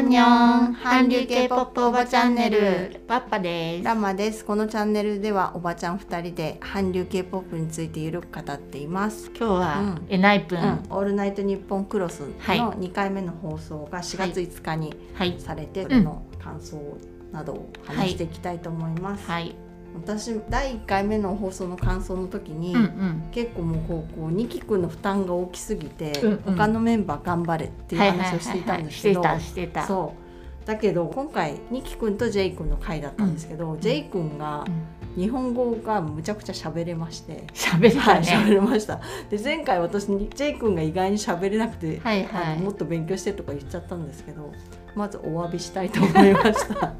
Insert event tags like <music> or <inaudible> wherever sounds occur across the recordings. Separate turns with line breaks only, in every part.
ンニョン韓流 K-POP おばチャンネルパッパです
ラマですこのチャンネルではおばちゃん2人で韓流 K-POP についてゆるく語っています、
今日は、
うん
えないぷん、
うんオールナイトニッポンクロス」の
はい
2回目の放送が4月5日に
はい
されて、
ん
それの感想などを話していきたいと思います、
はい
私第1回目の放送の感想の時に、
うんうん
結構もうこうこうニキ君の負担が大きすぎて、
うんうん
他のメンバー頑張れっていう
はいはい
話
は
を
い
していたんです
し
け
てい
ど、
たしてた
そうだけど今回ニキ君とジェイ君の回だったんですけど、ジェイ君が
うん
日本語がむちゃくちゃ喋れまして。
喋って
は
た
い、
ね、
<laughs> 喋れました。で、前回私にジェイ君が意外に喋れなくて、
はいは
あ
い
のもっと勉強してとか言っちゃったんですけど、まずお詫びしたいと思いま
<laughs>
した。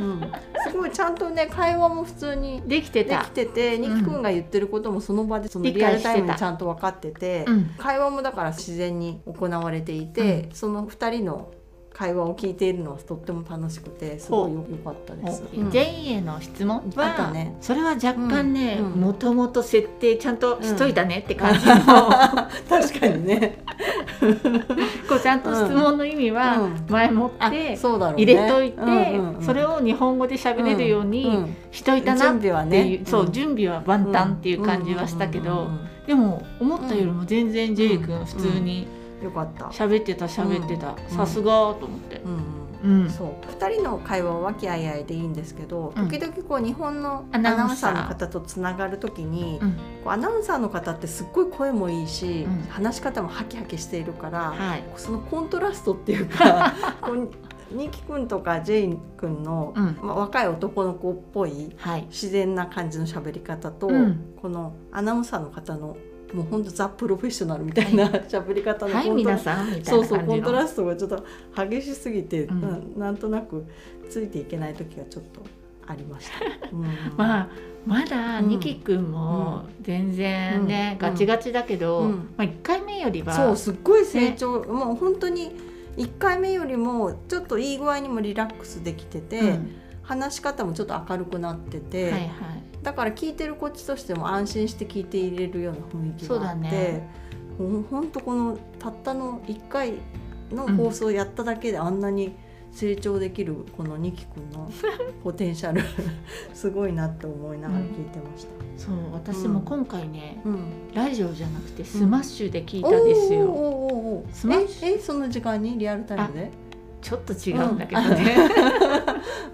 うん、すごいちゃんとね、会話も普通に
できて
で
た
きてて、ニキ君が言ってることもその場でそのリアルタイムにちゃんと分かってて、
うん
会話もだから自然に行われていて、その2人の会話を聞いているのはとっても楽しくてすごいよよかったです。うん
ジェイへの質問
あった
は、
ね
それは若干ね
うんうん
もともと設定ちゃんとしといたねって感じ、
<laughs> 確かにね。
<laughs> こうちゃんと質問の意味
う
は
ん
前もっ
あ
て
そうだろうね
入れといて、
うんうん
それ
を
を日本語で喋れるようにしといた
準
なっ
備は
っていう、
ね。
そう、
ん
準備は万端っていう感じはしたけど、
うんうんうん
でも思ったよりも全然ジェイ君普通に
うんよかった。
喋ってた喋ってた、
ん
さすがと思って
う、ん
うん
うんそう2人の会話は和気あいあいでいいんですけど、
うん
時々こう日本の
ア
ア
ナ
ナ
ウ
ウ
ン
ン
サ
サ
ー
ーの方とつながる時に、
うん
こうアナウンサーの方ってすっごい声もいいし、
うん
話し方もハキハキしているから、
はい、
そのコントラストっていう
<laughs>
かこうニキ君とかジェイン君の、
うん
まあ、若い男の子っぽい
はい、
自然な感じの喋り方と、
うん
このアナウンサーの方のもうほんとザ・プロフェッショナルみたいな <laughs> 喋り方の
はい
コント
皆
ラスト、
さんみたい
そう
な
そうコン
感じ
ト
の
ラストがちょっと激しすぎて、
うん
ななんとなくついていけない時がちょっとありました。うん
<laughs> まあまだ
うん
ニキ君も全然ね、
うん
ガチガチだけど、
うん
まあ、1回目よりは
そうすっごい成長、もう本当に1回目よりもちょっといい具合にもリラックスできてて、
うん
話し方もちょっと明るくなってて、
はいはい、
だから聞いてるこっちとしても安心して聞いていれるような雰囲気
そう
があ
だ
って、
ね
もうほんとこのたったの1回の放送をやっただけであんなに成長できるこのニキ君のポテンシャル <laughs> すごいなって思いながら聞いてました。
そう私も今回ね、
うん、
ラジオじゃなくてスマッシュで聞いたんです
おーおー
よ、
おーおー
スマッシュ
ええその時間にリアルタイムで？
ちょっと違うんだけどね、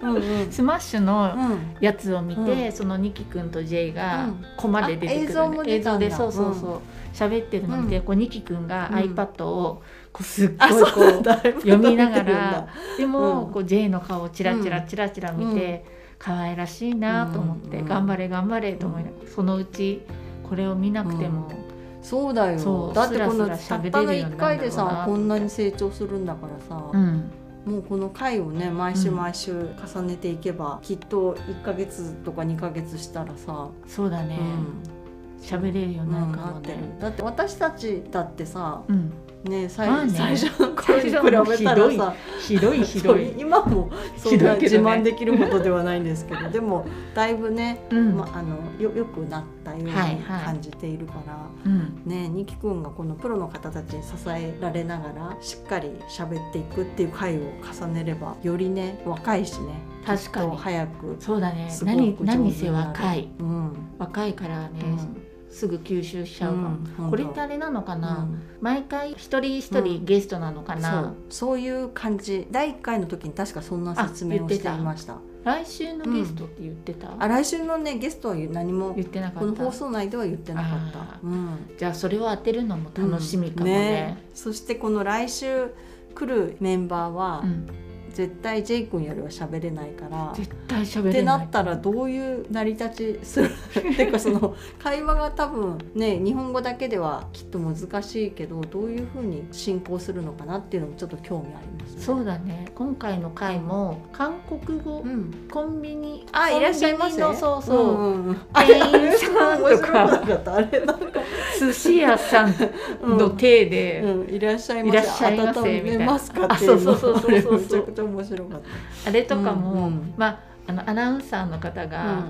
うんうん
スマッシュの
うん
やつを見て、
う
そのニキ君とジェイ
う
が
ん
コマで出てくる、ね
あ映像も出たんだ
映像でそうそうそう、喋ってるので、
う
こうニキ君が
うん
iPad をこうすっ
あ
ごいこ、
そううだいぶ
読みな
撮
がら
ってるんだ
でも、
うん
こうジェイの顔をチラチラ
うん
チラチラ見て、可愛らしいなと思って、
うん
頑張れ頑張れと思いながらそのうちこれを見なくても、
そうだ
そ
よ
う
だってこの
スラス
た
ラ
っ
喋
た
れ
の
るよう
1
になるんだろうな
回でさこんなに成長するんだからさ、
うん
もうこの回をね毎週
うん
毎週重ねていけば、きっと1ヶ月とか2ヶ月したらさ、
そうだね
うん
喋、れるようにな
なん
る
か
か
な
も
って
ね
る、だって私たちだってさ
うん、
ね最
まあね
最初の頃に比べ
最初
た
はもう
ら
ひど
さ
ひどいひど
<laughs> そう
い、
今もそん
ひど
ない
け
自
どね
慢できることではないんですけどでもだいぶね、
うん
ま、あのよよくなったように
はいはい
感じているから。
うん
ねえ、ニキ君がこのプロの方たちに支えられながらしっかり喋っていくっていう回を重ねればよりね若いしね
確かに
きっと早く、
そうだね
すごく
何何
上手
せ
になる
若い
うん
若いからね、すぐ吸収しちゃうかも、
うん
これってあれなのか
うん
な、毎回一人一
う
人
ん
ゲストなのか
そ
な、
うそういう感じ第1回の時に確かそんな説明
あ言っ
を
て
して
た
いましたあ
来週のゲストって言ってた、
来週のねゲストは何も
言ってなか
この
った
放送内では言ってなかった
あ、
うん、
じゃあそれを当てるのも楽しみかも
うん
ね,、
そしてこの来週来るメンバーは、
うん
絶対ジェイ君よりは喋れないから
絶対喋
って
れ
な
ない
ったらどういう成り立ちするっていうかその会話が多分
<laughs>
ね日本語だけではきっと難しいけどどういうふうに進行するのかなっていうのもちょっと興味ありますね。
そうだね今回の回も韓国語、
うん、
コンビニ
あいらっしゃいませ
コンビニのそうそう、
んうんうんあれ
店員さん
面
と
白くな
か
かったあれなんか、
寿司屋さん
<laughs> うん
の体で、
うん、いらっしゃいま
いらっしゃ
せ
いませ
温めますか
みたいな
っていうの
あそうそうそうそ
あれ
うそう
めちゃくちゃ面白かった。
あれとかも、
うんうん
まああのアナウンサーの方が、
うん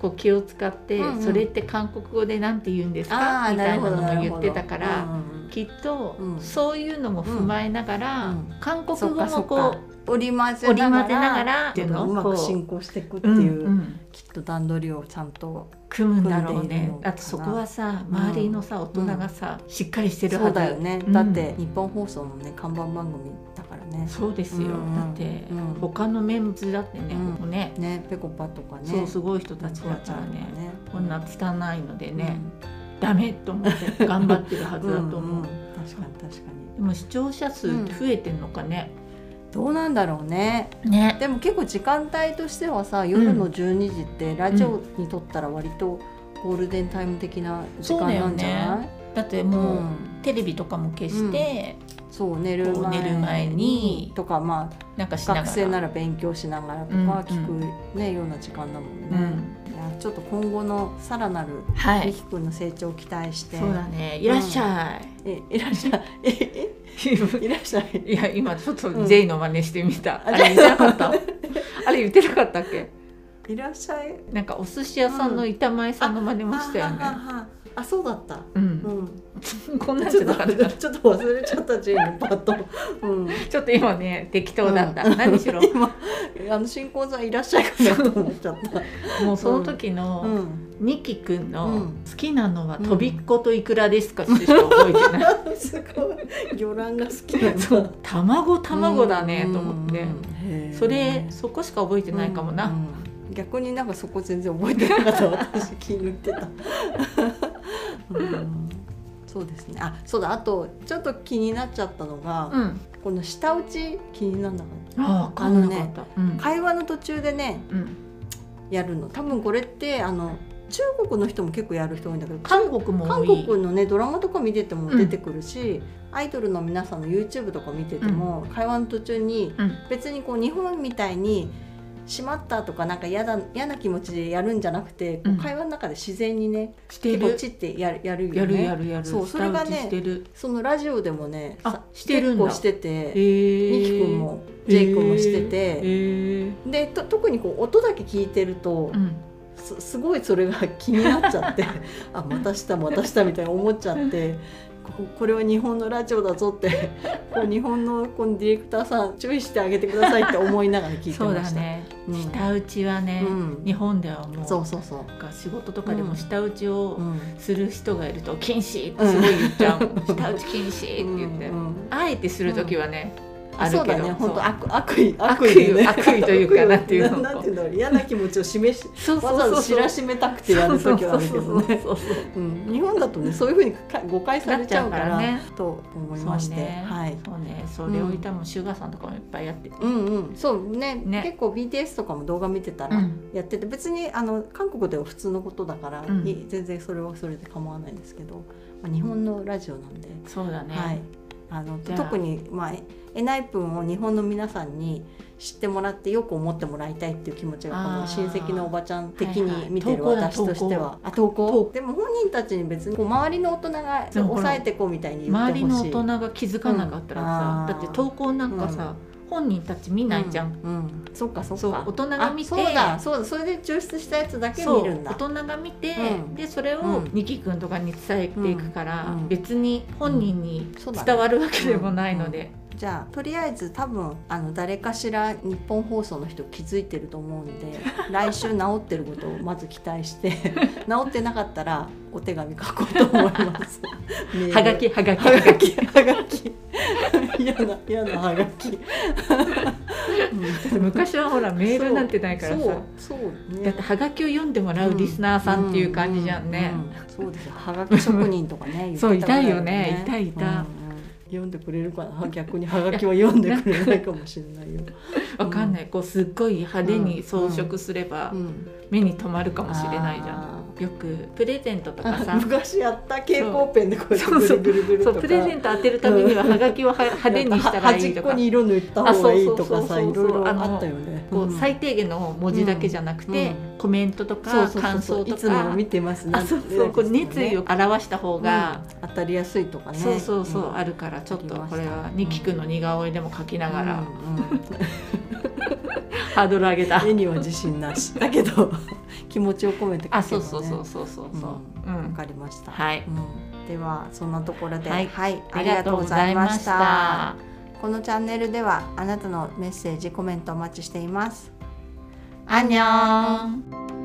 こう気を使って、
うんうん
それって韓国語でなんて言うんです
あ
か
ー
みたいなの
な
も
る
言
ほど
ってたから、
うんうんうん
きっと、
うん
そういうのも踏まえながら、
うん
韓国語
そっかそ
も
っ
こ
か
う
織り交ぜ
織
な
り
がら
交ぜながら
っていうの
あ
う
の
ま
こ
く進行していくって
うん
いう、
うん
きっと段取りをちゃんと
組むんだろう
組んでいる
ね
のかな
あとそこはさ周りのさ大人がさ、しっかりしてるは
そう
ず
だよね、
うん
だって日本放送のね看板番組だからね
そうですよ、
うん
だって、
うん
他のメンズだってね、
うん
ここね
ねぺこぱとかね
そうすごい人たちだ
ワ
か
ちゃ
ら
んと
ね
かね
こんな拙いのでね、ダメと思って頑張ってるはずだと思う
んん確かに確かに
でも視聴者数って増えてんのかね、
どうなんだろうね
ね
でも結構時間帯としてはさ夜の12時ってラジオにとったら割とゴールデンタイム的な時間なんじゃない
だって
う
もう、
ん
テレビとかも消して、
そう寝る
こう
前
寝る前に
とかまあ
なんかしながら
学生なら勉強しながらとか
うん
聞く、ねような時間だもん
う
ね、
ん、
いやちょっと今後のさらなる
は
み
い
きくんの成長を期待して
そうだねいらっしゃい、
えいらっしゃいええいらっしゃい
いや今ちょっ
う
と
ん
J の真似してみた、
あ
あれ言ってなかった <laughs> あれ言ってなかったっけ
いらっしゃい
なんかお寿司屋さんの板前さんの真似もしたよね
あはははあそうだった
う、
うんん
こんなん
ち
じ
ょ
ゃ
っ
な
と <laughs>
かった
ちょっと忘れちゃったジェイのパッと、うん、
ちょっと今ね適当だった、何しろ
今あの新婚さんいらっしゃいかなと思っちゃった
もうその時の、
うん
ニキくん
う
の
ん
好きなのはとびっこといくらですかしか覚えて
<laughs>
ない。
<laughs> すごい魚卵が好きなんだ
そう卵卵だねと思って。
て
それそこしか覚えてないかも
う
な。
んうん逆になんかそこ全然覚えてなかった私気抜いてた、うんそうですねあそうだあとちょっと気になっちゃったのが、
うん。
この舌打ち気にならなかっ
ああ、かんなかった。うん
た会話の途中でね
うん。
やるの多分これってあの中国の人も結構やる人多いんだけど
韓国も多
韓
い。
国のねドラマとか見てても出てくるし、アイドルの皆さんの YouTube とか見てても、会話の途中に
うん。
別にこう日本みたいにしまったとかなんか嫌だ嫌な気持ちでやるんじゃなくて、こう
うん
会話の中で自然にね
して
結構
る。
チってやるやるよね
やるやるやる。
そうそれがね
舌打ちしてる。
そのラジオでもね
あ
さ
してるんだ
結構して
え
て、
ー
ニキ君。もジェイ君もしてて、
えーえー
でと特にこう音だけ聞いてると、
うん。
すすごいそれが気になっちゃって <laughs> あまたしたまたしたみたいに思っちゃってここれは日本のラジオだぞって <laughs> こう日本のこのディレクターさん注意してあげてくださいって思いながら聞いて
そう
ま
だ
した。
ね。
うん
舌打ちはね、
うん
日本ではもう
そうそうそう、
なんか仕事とかでも舌打ちを
うん、
する人がいると禁止ってすごい言っちゃうもん、舌打ち禁止って言って、
うん
あえてする時はね、あ
あ
る
そう
け
だ
ど
ね
そう
本当悪悪意
悪意
でね
悪意というかなんていうの
なん <laughs> ていうんだろう嫌な気持ちを示し
そう
わざわざ知らしめたくてやる
そう
時
そう
はあるけどね
そうそ
う
う
ん日本だとねそういうふうにか誤解さ
なっ
れ
ち
ちゃ
ゃ
う
う
か
から
ら
ね
と思いまして、
そうね
はい
そうねそれをいたもシュガーさんとかもいっぱいやってて、
うんうん、そうね
ね
結構 BTS とかも動画見てた
う
ら
ん
やってて、別にあの韓国では普通のことだから、
うん
い全然それはそれで構わないんですけど、まあ、日本のラジオなんで、
そうだね、
はい、あの
じゃあ
特に、まあ、えないぷんを日本の皆さんに知ってもらってよく思ってもらいたいっていう気持ちがこ
あ
の
ー
親戚のおばちゃん的
はいは
に
い
見てる
投稿だ
私としては、あ投稿でも本人たちに別にこう周りの大人が
でもほら
抑えてこうみたいに言っ
周
て
り
ほ
の
し
大
い。
人が気づかなかったらさ、
うん
だって投稿なんかさ、本人たち見ないじゃん、
う、うん、そっかそっ
そう
か
大人
あ
が見て
そうだそうだそれで抽出したやつだけ見るんだ
そう大人が見て、
うん
でそれ
う
を
ん
ニキ君とかに伝えていくから、
うんうん
別に本人に
そうだね
伝わるわけでもないので、
じゃあとりあえず多分あの誰かしら日本放送の人気づいてると思うん
<laughs>
で来週治ってることをまず期待して <laughs> 治ってなかったらお手紙書こうと思い
<laughs>
ます。メール
はがきはがき
はがきはがき <laughs> 嫌な嫌なはが
<laughs>
き。
昔はほらメールなんてないから
そう
さ
そう
だ
ね
ってはがきを読んでもらうリスナーさんっていう感じじゃんね、
うううんそうですよはがき職人とか
<laughs>
ね
そう
言ってたぐら
いたよねいたいた
うんうん読んでくれるかな逆にはがきは読んでくれないかもしれ
<laughs>
ないよ、
わかんないこうすっごい派手に装飾すれば
ん、
目に留まるかもしれないじゃん、
あー
よくプレゼントとか
あ <laughs>
さ
昔やった蛍光ペンでこうや
そうそう
ってぐるぐるぐる
そ
と
う
か
プレゼント当てるためにははがきをは派手にしたらいい
やっぱ端
と
っこ
か
に色塗った方がいいとかさ
あそ
いう
そうそうそう
ろいろあったよね
こ
う
うん最低限の文字だけじゃなくて、
うん
コメントと
そう
か
そうそう
感想と
いつも
か
見てますね
あそうそうこう熱意を表した方が、
当たりやすいとかね
そうそうそう、
ん
あるからちょっと
ありました
これはニキ君の似顔絵でも描きながら、
うんうん
ハードル上げた
<laughs> 絵には自信なしだけ
<laughs>
ど気持ちを込めて書けばね
あそうそうそうそうそうそうう
わ
ん
かりました、
はい
うんではそんなところで
は
はいい、
ありがとうございました。
ありがとうございましたこのチャンネルではあなたのメッセージコメントお待ちしていますアンニョン